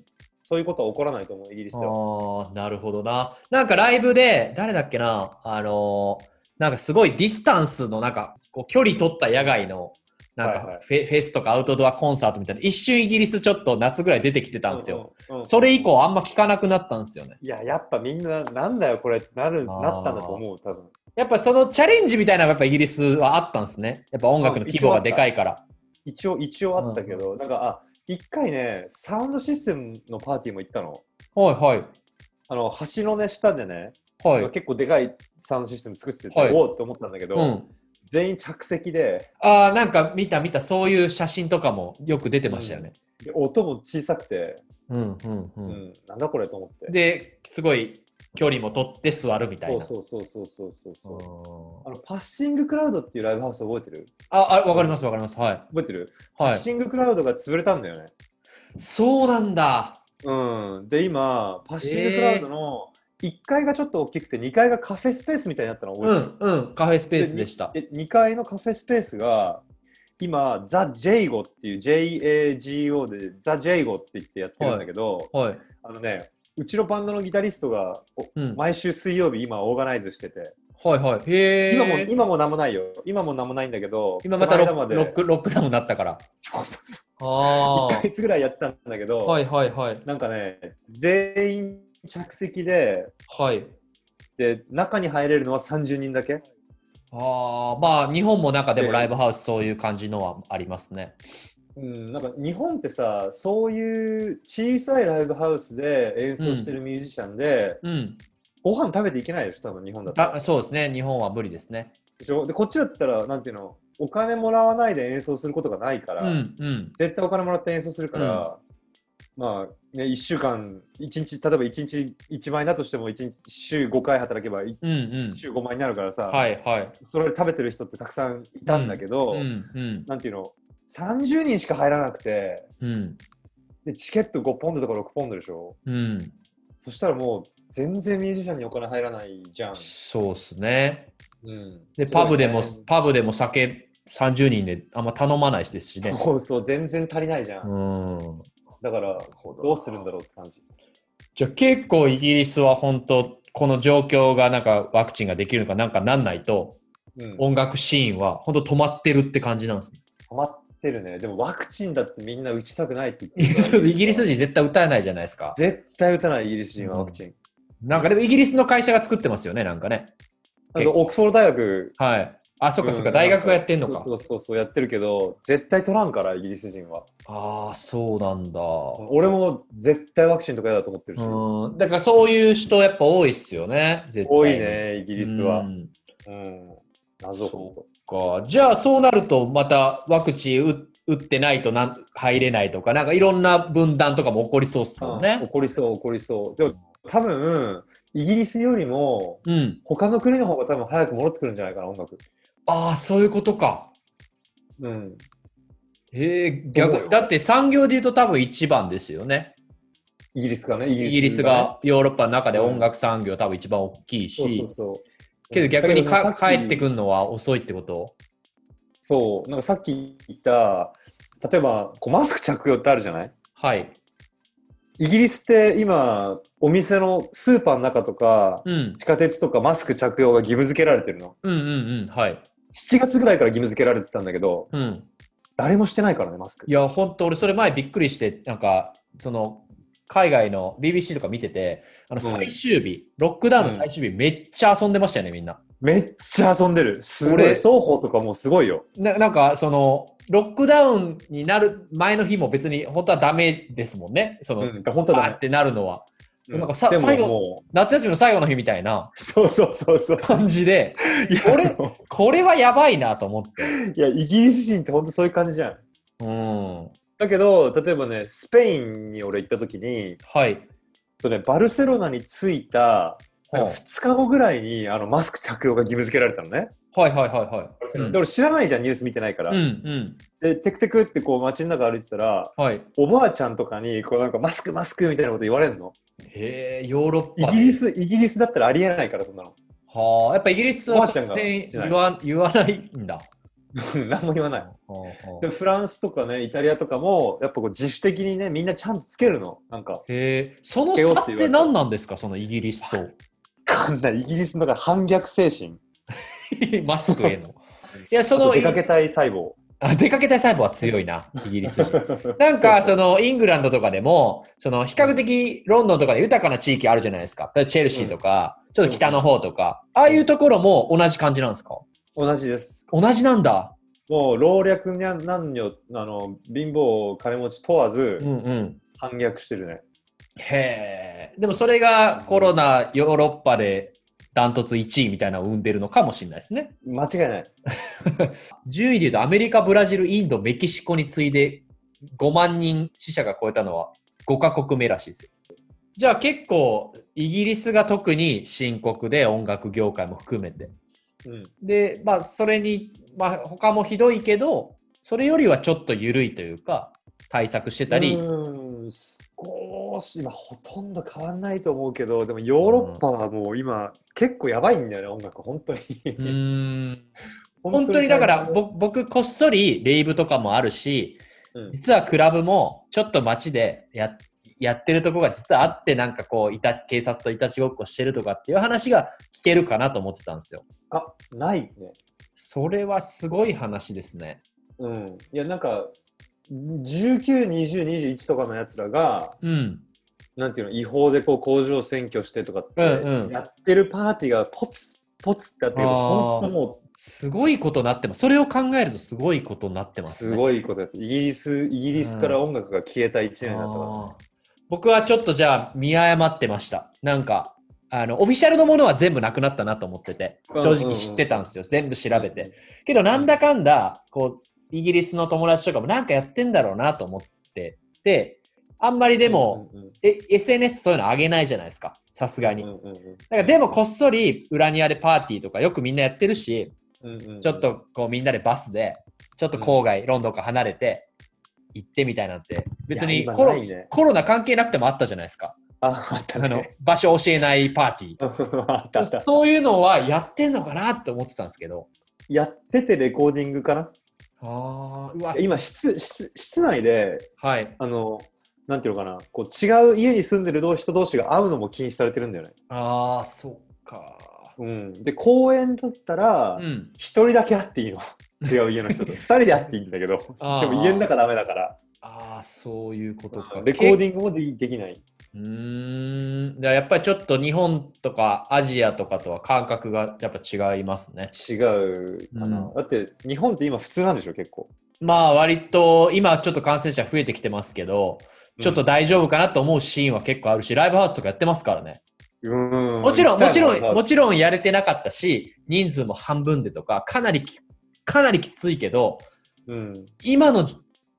S3: そういうことは起こらないと思うイギリスでは
S1: ああ、なるほどな。なんかライブで、誰だっけな、あのーなんかすごいディスタンスの、なんか、こう、距離取った野外の、なん
S3: はいはい
S1: かフェ、フェスとかアウトドアコンサートみたいな、一瞬イギリスちょっと夏ぐらい出てきてたんですよ。
S3: うんうんうん
S1: それ以降、あんま聞かなくなったんですよね。
S3: いややっぱみんななんだよこれってなる
S1: あー
S3: なったんだと思う多分
S1: やっぱそのチャレンジみたいなのがやっぱイギリスはあったんですね。やっぱ音楽の規模がでかいから。
S3: 一応一応あったけど、なんかあ一回ねサウンドシステムのパーティーも行ったの
S1: はいはい。
S3: あの橋のね下でね、
S1: はい。
S3: 結構でかいサウンドシステム作ってて、
S1: はい
S3: おおって思ったんだけど、
S1: うん。
S3: 全員着席で
S1: ああ、なんか見た見た、そういう写真とかもよく出てましたよね。
S3: で音も小さくて、
S1: うんうんう。
S3: うんん、なんだこれと思って
S1: で、すごい距離も取って座るみたいな。
S3: そうそうそうそうそうそううあ
S1: ん
S3: のパッシングクラウドっていうライブハウス覚えてる
S1: あ、あわかりますわかります。はい。
S3: 覚えてる、
S1: は
S3: パッ
S1: い。
S3: シングクラウドが潰れたんだよね
S1: そうなんだ。
S3: うんで今パッシングクラウドの1階がちょっと大きくて2階がカフェスペースみたいになったの覚えて
S1: う
S3: る、
S1: んうん。カフェスペースでした。
S3: で2階のカフェスペースが今ザ・ジェイゴっていう JAGO でザ・ジェイゴって言ってやってるんだけど、
S1: はい。
S3: あのねうちのバンドのギタリストがお
S1: うん。はい
S3: 毎週水曜日今オーガナイズしてて、
S1: はい。へえ。
S3: 今も今も何もないよ今も何もないんだけど
S1: 今また
S3: こ
S1: ロ
S3: の間まで
S1: ックロックダウンになったから。
S3: そうそうそ
S1: あ
S3: 1ヶ月ぐらいやってたんだけど、
S1: あ。 はいはいはい。
S3: なんかね、全員着席で、
S1: はい。
S3: で、中に入れるのは30人だけ。
S1: ああ、まあ日本もなんかでもライブハウスそういう感じのはありますね。
S3: うん、なんか日本ってさ、そういう小さいライブハウスで演奏してるミュージシャンで、
S1: うん。
S3: ご飯食べていけないでしょ、多分日本だと。
S1: あそうですね。日本は無理ですね。
S3: でしょで、こっちだったら、なんていうの、お金もらわないで演奏することがないか
S1: う
S3: ら、
S1: んうん。
S3: 絶対お金もらって演奏するから、まあ、ね、1週間、一日、例えば1日1万円だとしても、1日週5回働けば、い
S1: うんうん。
S3: 週5万円になるからさ、
S1: はいはい。
S3: それ食べてる人ってたくさんいたんだけ
S1: う
S3: ど、
S1: んうん
S3: なんていうの30人しか入らなくて
S1: うん
S3: でチケット5ポンドとか6ポンドでしょ
S1: うん。
S3: そしたらもう全然ミュージシャンにお金入らないじゃん。
S1: そうですね。
S3: うん、
S1: で、
S3: すごい
S1: パブでも、
S3: ね
S1: パブでも酒30人であんま頼まないしですしね。
S3: そうそう全然足りないじゃ。
S1: うんん。
S3: だからどうするんだろうって感じ。
S1: じゃあ結構イギリスは本当この状況がなんかワクチンができるのかなんかなんないと
S3: うん、
S1: 音楽シーンは本当止まってるって感じなんですね。
S3: 止まってるね。でもワクチンだってみんな打ちたくないって
S1: イ
S3: 言っ てるから
S1: ギリス人絶対歌えないじゃないですか。
S3: 絶対打たないイギリス人はワクチン。
S1: なんかでもイギリスの会社が作ってますよね、なんかね。
S3: あとオックスフォード大学
S1: はい。あ、そっかそっか、
S3: うん
S1: 大学がやってんのか。
S3: そうそうそうやってるけど絶対取らんからイギリス人は。
S1: ああ、そうなんだ。
S3: 俺も絶対ワクチンとか嫌だと思ってるし。
S1: うん。だからそういう人やっぱ多いっすよね、絶対。
S3: 多い。ね、イギ
S1: イ
S3: リスは。
S1: ん
S3: うん。謎ほんと
S1: か。じゃあそうなるとまたワクチン打打ってないとなん入れないとか、なんかいろんな分断とかも起こりそうっすもん
S3: うん
S1: ね。
S3: 怒りそう、怒りそう。でも、多分、イギリスよりも、
S1: うん。
S3: 他の国の方が多分早く戻ってくるんじゃないかな、音楽。
S1: ああ、そういうことか。
S3: うん。
S1: へえ、
S3: そう
S1: 逆。
S3: よ
S1: だって産業で言うと多分一番ですよね。
S3: イギリスがね、イ
S1: イギリス
S3: が
S1: がヨーロッパの中で音楽産業多分一番大きい
S3: ね。そうそ
S1: し
S3: う、そう。
S1: けど逆に
S3: だ
S1: か
S3: けどさっき
S1: 帰ってくるのは遅いってこと
S3: そう、なんかさっき言った、例えば、こうマスク着用ってあるじゃない
S1: はい。
S3: イギリスって今、お店のスーパーの中とか、
S1: うん。
S3: 地下鉄とかマスク着用が義務付けられてるの。
S1: うんうんうん。はい。
S3: 7月ぐらいから義務付けられてたんだけど、
S1: うん。
S3: 誰もしてないからね、マスク
S1: い。や、本当俺、それ前びっくりして、なんか、その、海外の BBC とか見てて、あの
S3: うん
S1: 最終日、ロックダウンの最終日、めっちゃ遊んでましたよね、みんな。
S3: めっちゃ遊んでる。すごい。
S1: 俺
S3: 双方とかもうすごいよ。
S1: ななんか、その、ロックダウンになる前の日も別に、本当はダメですもんね、その、
S3: うん、本当
S1: バー
S3: だ
S1: っ
S3: ね。
S1: てなるのは。
S3: う
S1: なんかさ
S3: でも
S1: 最後
S3: も
S1: 夏休みの最後の日みたい な
S3: う、そうそうそう そう。
S1: 感じで、
S3: いや、
S1: 俺これはやばいなと思って。
S3: いや、イギリス人って本当そういう感じじゃん。
S1: うん。
S3: だけど、例えばね、スペインに俺行った時に、
S1: はい。
S3: とね、バルセロナに着いた、なんか
S1: は
S3: 2日後ぐらいにあのマスク着用が義務付けられたのね。
S1: あはいはいはいはい。うん
S3: で、俺知らないじゃん、ニュース見てないから。
S1: うんうん。
S3: で、テクテクってこう街の中歩いてたら、
S1: はい。
S3: おばあちゃんとかに、こうなんかマスクマスクみたいなこと言われるの。
S1: へえ、ヨーロッ
S3: イ
S1: パで。
S3: ギリス、イギリスだったらありえないから、そんなの。
S1: はあ、やっぱイギリス
S3: お
S1: は
S3: ばあちゃんが
S1: その辺
S3: しない
S1: 言わ言わないんだ。
S3: うん何も言わない。
S1: はあはあ
S3: でフランスとかねイタリアとかもやっぱこう自主的にねみんなちゃんとつけるのなんかわ
S1: へえ、その
S3: けようっ
S1: 差
S3: て
S1: っ
S3: 言われ
S1: て
S3: た
S1: 何なんですか、そのイギリスと
S3: かんないイギリスのだから反逆精神
S1: マスクへの。いや、そ
S3: あと
S1: の
S3: 出かけたい細胞
S1: あ出かけたい細胞は強いな、イギリス 人。なんか、
S3: そうそ
S1: そ
S3: う
S1: のイングランドとかでも、その比較的ロンドンとかで豊かな地域あるじゃないですか。例えばチェルシーとか、ちょっと北の方とか、ああいうところも同じ感じなんですか
S3: 同じです
S1: 同じなんだ。
S3: もう老若男女あの貧乏金持ち問わず
S1: うんうん。
S3: 反逆してるね
S1: へえ。でもそれがコロナ、ヨーロッパでダントツ1位みたいなのを生んでるのかもしれないですね。
S3: 間違いない
S1: 10位でいうとアメリカ、ブラジル、インド、メキシコに次いで5万人死者が超えたのは5カ国目らしいですよ。じゃあ結構イギリスが特に深刻で音楽業界も含めて。
S3: うん
S1: で、まあそれに、まあ他もひどいけど、それよりはちょっと緩いというか、対策してたり、
S3: うーん少し今ほとんど変わんないと思うけどでもヨーロッパはもう今結構やばいんだよね音楽 本当に
S1: うーん本当にだからぼ僕こっそりレイブとかもあるし
S3: うん
S1: 実はクラブもちょっと街でややってるとこが実はあってなんかこういた警察といたちごっこしてるとかっていう話が聞けるかなと思ってたんですよ。
S3: あないね
S1: それはすごい話ですね。
S3: うん、いやなんか19、20、21とかのやつらが、
S1: うん。
S3: なんていうの、違法でこう工場占拠してとかって、
S1: うんうん
S3: やってるパーティーがポツポツってあって、
S1: あー
S3: 本当も
S1: すごいことになってます。それを考えるとすごいことになって
S3: う、
S1: ますね。
S3: すごいことやって、イギリス、イギリスから音楽が消えた1年だったから。
S1: あー僕はちょっとじゃあ見誤ってました。なんか、あの、オフィシャルのものは全部なくなったなと思ってて、
S3: うん
S1: 正直知ってたんですよ。全部調べて。。けど、なんだかんだ、こう、イギリスの友達とかもなんかやってんだろうなと思ってて、あんまりでも、
S3: うんうんうん、
S1: え SNS そういうの上げないじゃないですか。さすがに。
S3: う
S1: だ
S3: んうんうん
S1: からでもこっそり裏庭でパーティーとかよくみんなやってるし、
S3: うんうんうん
S1: ちょっとこうみんなでバスで、ちょっと郊外、ロンドンから離れて行ってみたいなんて、別
S3: いや
S1: に
S3: 今
S1: コロ,、
S3: ないね
S1: コロナ関係なくてもあったじゃないですか。
S3: あ、あった
S1: あの
S3: ね。
S1: 場所教えないパーティ
S3: あったあった
S1: ー。。そういうのはやってんのかなって思ってたんですけど。
S3: やっててレコーディングかな
S1: ああ、うわ
S3: 今、室、室、室内で、
S1: はい。
S3: あの、なんていうのかな、こう違う家に住んでる同士と同士が会うのも禁止されてるんだよね。
S1: ああ、そっか。
S3: うん。で、公園だったら
S1: う、ん。
S3: 一、人だけ会っていいの。 違う家の人 と。二人で会っていいんだけど、
S1: あー
S3: でも家の中ダメだから、
S1: ああ、そういうことか。
S3: レコー
S1: け
S3: ディングもできできない。
S1: うーん。だからやっぱりちょっと日本とかアジアとかとは感覚がやっぱ違いますね。
S3: 違うかな。
S1: うん
S3: だって、日本って今普通なんでしょ、結構。
S1: まあ割と今ちょっと感染者増えてきてますけど、ちょっと大丈夫かなと思うシーンは結構あるし、ライブハウスとかやってますからね。
S3: うん、
S1: もちろん、もちろん、も
S3: ち
S1: ちろんやれてなかったし、人数も半分でとか、かなりき、かなりきついけど、
S3: ろん。うん。
S1: 今の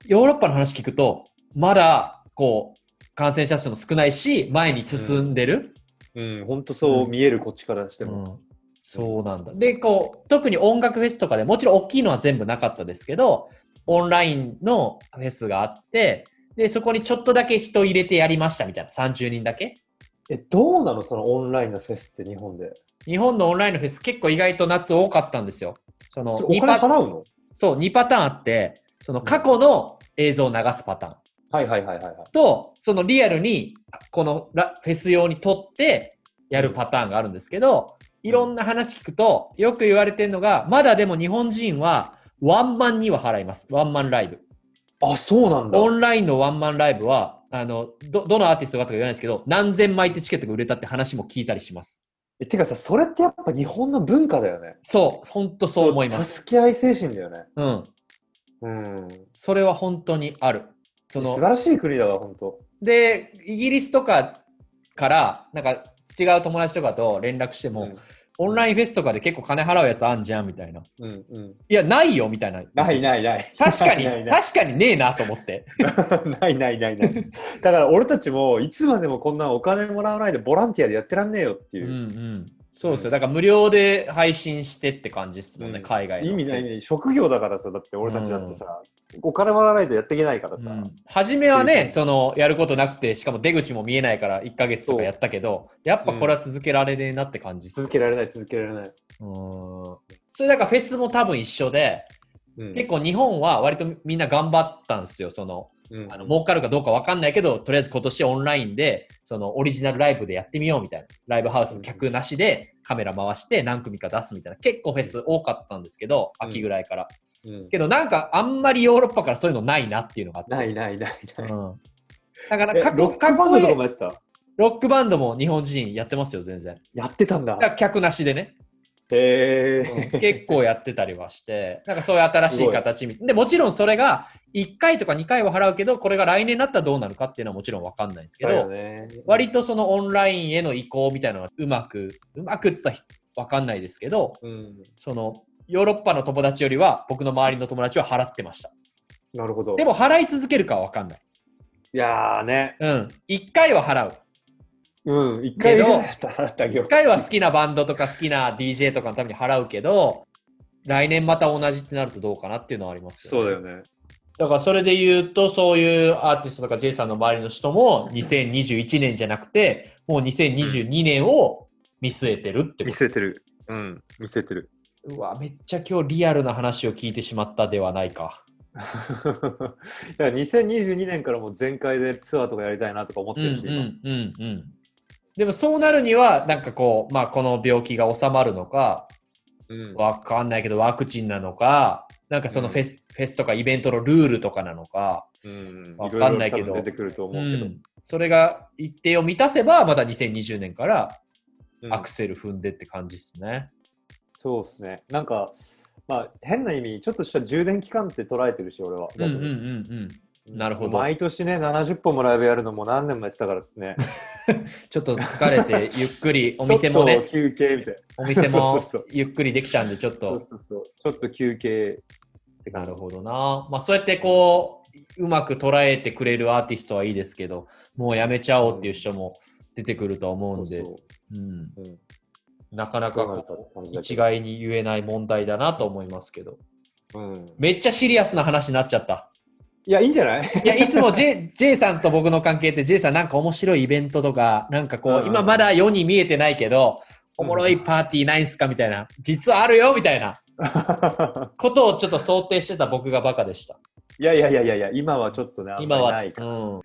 S1: ヨーロッパの話聞くと、まだ、こう、感染者数も少ないし、前に進んでる。
S3: うん、本当そう見える、こっちからしても。
S1: うんそうなんだ。で、こう、特に音楽フェスとかでもちろん大きいのは全部なかったですけど、オンラインのフェスがあって、で、そこにちょっとだけ人入れてやりましたみたいな、30人だけ。
S3: え、どうなのそのオンラインのフェスって日本で。
S1: 日本のオンラインのフェス結構意外と夏多かったんですよ。その
S3: それお金
S1: 二パ
S3: 払うの
S1: そう、2パターンあって、その過去の映像を流すパターン
S3: はいはいはいはいはい。
S1: と、そのリアルに、このラフェス用に撮ってやるパターンがあるんですけど、いろんな話聞くと、よく言われてるのが、まだでも日本人は、ワンマンには払います。ワンマンライブ。
S3: あ、そうなんだ。
S1: オンラインのワンマンライブは、あの、ど、どのアーティストがとか言わないですけど、何千枚ってチケットが売れたって話も聞いたりします。
S3: えてかさ、それってやっぱ日本の文化だよね。
S1: そう、ほんとそう思います。
S3: 助け合い精神だよね。
S1: うん。
S3: うん。
S1: それは本当にある。その
S3: 素晴、らしい国だわ、本当。
S1: でイギリスとかからなんか違う友達とかと連絡しても、オンラインフェスとかで結構金払うやつあんじゃんみたいな。
S3: うん、うん、うん。
S1: いや、ないよみたいな。
S3: ないないない。
S1: 確かに、
S3: ないない
S1: 確かにねえなと思って。
S3: ないないないない。だから俺たちも、いつまでもこんなお金もらわないでボランティアでやってらんねえよって
S1: う
S3: い
S1: んう
S3: う。
S1: ん。そうですよ。だから無料で配信してって感じですもんね、
S3: うん
S1: 海外の。
S3: 意味ない
S1: ね。
S3: ね。職業だからさ、だって俺たちだってさ、お金もらわないとやっていけないからさ。
S1: 初めは
S3: っていう
S1: ね、
S3: か
S1: そのやることなくて、しかも出口も見えないから1ヶ月とかやったけど、やっぱこれは続けられねえなって感じっす
S3: 続けられない、続けられない。
S1: うん。それだからフェスも多分一緒で、
S3: うん
S1: 結構日本は割とみんな頑張ったんですよ。その
S3: うん
S1: あの儲かるかどうかわかんないけど、とりあえず今年オンラインで、そのオリジナルライブでやってみようみたいな。ライブハウス客なしでカメラ回して何組か出すみたいな。結構フェス多かったんですけど、
S3: うん
S1: 秋ぐらいから。
S3: うん
S1: けどなんかあんまりヨーロッパからそういうのないなっていうのがあって。
S3: ないないない
S1: うん
S3: ない。
S1: だか
S3: え
S1: ら、かっ
S3: ロ
S1: こ
S3: ックバンドとかもやってた
S1: ロックバンドも日本人やってますよ、全然。
S3: やってたんだ
S1: だ。から客なしでね、
S3: へえ。
S1: 結構やってたりは して、なんかそういう新しい形みで、もちろんそれが1回とか2回は払うけど、これが来年になったらどうなるかっていうのはもちろんわかんないですけど、
S3: だよね
S1: 割とそのオンラインへの移行みたいなのはうまくうまくって言ったら分かんないですけど
S3: うん、
S1: そのヨーロッパの友達よりは僕の周りの友達は払ってました
S3: なるほど。
S1: でも払い続けるかは分かんない
S3: いやーね、
S1: うん1回は払う
S3: うん、一回
S1: け
S3: だ
S1: ど
S3: け払ってあげよ
S1: 1回は好きなバンドとか好きな DJ とかのために払うけど来年また同じってなるとどうかなっていうのはあります
S3: う。
S1: よね
S3: そうだよね。
S1: だからそれで言うとそういうアーティストとか J さんの周りの人も2021年じゃなくてもう2022年を見据えてるってこと
S3: 見据えてる。うん、見据えて る。
S1: うわ、めっちゃ今日リアルな話を聞いてしまったではないか。
S3: だから2022年からもう全開でツアーとかやりたいなとか思ってるし、
S1: うんうん。でもそうなるには、なんかこう、まあこの病気が治まるのか、
S3: 今うん
S1: わかんないけどワクチンなのか、
S4: なんかそのフェス、フェスとかイベントのルールとかなのか、
S3: うん
S4: わかんないけど
S3: ろろ多分出てくると思う
S4: う
S3: けど。
S4: ん、それが一定を満たせば、また2020年から
S3: うん
S4: アクセル踏んでって感じですね。
S3: そうですね。なんか、まあ、変な意味、ちょっとした充電期間って捉えてるし、俺は。
S4: うんうんうんうん。なるほど
S3: 毎年ね、70本もライブやるのも何年もやってたからね。
S4: ちょっと疲れて、ゆっくり、お店も
S3: ちょっ
S4: ね
S3: と、休憩みたいな。
S4: お店も
S3: そうそうそう
S4: ゆっくりできたんで、ちょっ
S3: そ
S4: と、
S3: うそうそう。ちょっと休憩って
S4: な
S3: 感じ
S4: る。ほどな。まあ、そうやってこう、うまく捉えてくれるアーティストはいいですけど、もうやめちゃおうっていう人も出てくると思うんで、
S3: そう
S4: うん
S3: そううん
S4: なかなかこ
S3: どうなるかって感じ
S4: う
S3: だけど
S4: 一概に言えない問題だなと思いますけど、
S3: うん
S4: めっちゃシリアスな話になっちゃった。
S3: いや、いいんじゃない
S4: いや、いつも J, J さんと僕の関係って J さんなんか面白いイベントとか、なんかこう、
S3: うんうん
S4: 今まだ世に見えてないけど、おもろいパーティーないんすかみたいな、実はあるよみたいなことをちょっと想定してた僕がバカでした。
S3: いやいやいやいやいや、今はちょっとね、あんま
S4: 今
S3: り
S4: は、
S3: ないから。
S4: うん。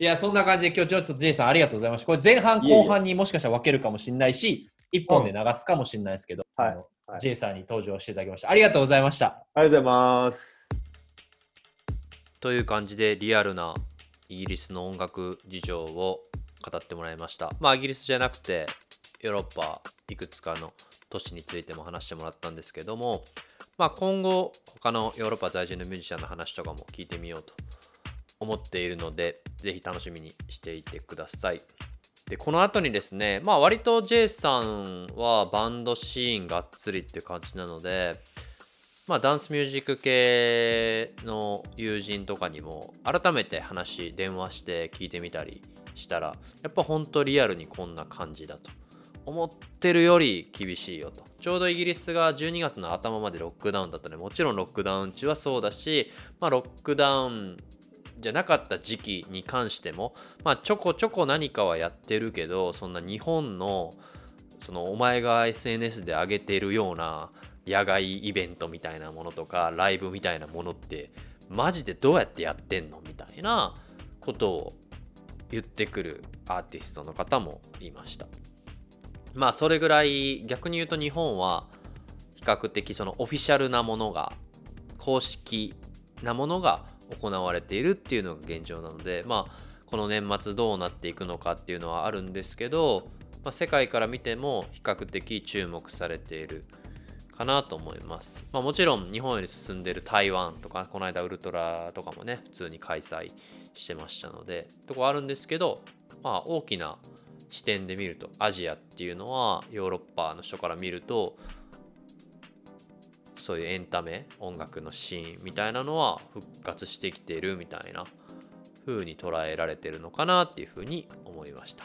S4: いや、そんな感じで今日ちょっと J さんありがとうございました。これ前半
S3: いえいえ
S4: 後半にもしかしたら分けるかもしれないし、一本で流すかもしれないですけど、
S3: うん
S4: あの
S3: はい
S4: J さんに登場していただきました。ありがとうございました。
S3: ありがとうございます。
S1: という感じでリアルなイギリスの音楽事情を語ってもらいましたまあイギリスじゃなくてヨーロッパいくつかの都市についても話してもらったんですけどもまあ今後他のヨーロッパ在住のミュージシャンの話とかも聞いてみようと思っているのでぜひ楽しみにしていてくださいでこの後にですねまあ割と J さんはバンドシーンがっつりっていう感じなのでまあ、ダンスミュージック系の友人とかにも改めて話電話して聞いてみたりしたらやっぱ本当リアルにこんな感じだと思ってるより厳しいよと ちょうどイギリスが12月の頭までロックダウンだったのでもちろんロックダウン中はそうだし、まあ、ロックダウンじゃなかった時期に関しても、まあ、ちょこちょこ何かはやってるけどそんな日本のそのお前が SNS で上げてるような野外イベントみたいなものとかライブみたいなものってマジでどうやってやってんのみたいなことを言ってくるアーティストの方もいましたまあそれぐらい逆に言うと日本は比較的そのオフィシャルなものが公式なものが行われているっていうのが現状なのでまあこの年末どうなっていくのかっていうのはあるんですけど、まあ、世界から見ても比較的注目されているかなと思います、まあ、もちろん日本より進んでる台湾とかこの間ウルトラとかもね普通に開催してましたのでとこあるんですけど、まあ、大きな視点で見るとアジアっていうのはヨーロッパの人から見るとそういうエンタメ音楽のシーンみたいなのは復活してきてるみたいな風に捉えられてるのかなっていう風に思いました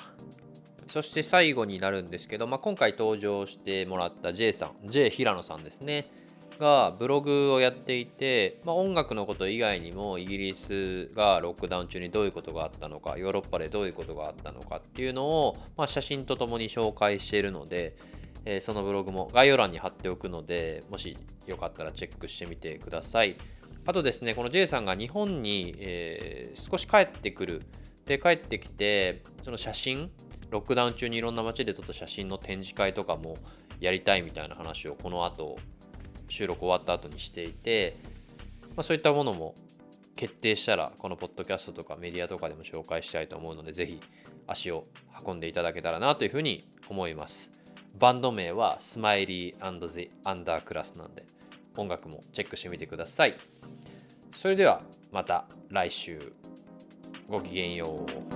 S1: そして最後になるんですけど、まあ、今回登場してもらった J さん J 平野さんですねがブログをやっていて、まあ、音楽のこと以外にもイギリスがロックダウン中にどういうことがあったのかヨーロッパでどういうことがあったのかっていうのを、まあ、写真とともに紹介しているので、えーそのブログも概要欄に貼っておくのでもしよかったらチェックしてみてくださいあとですねこの J さんが日本に、えー少し帰ってくるで帰ってきてその写真ロックダウン中にいろんな街で撮った写真の展示会とかもやりたいみたいな話をこの後収録終わった後にしていて、まあ、そういったものも決定したらこのポッドキャストとかメディアとかでも紹介したいと思うのでぜひ足を運んでいただけたらなというふうに思いますバンド名はスマイリー &The アンダークラスなんで音楽もチェックしてみてくださいそれではまた来週ごきげんよう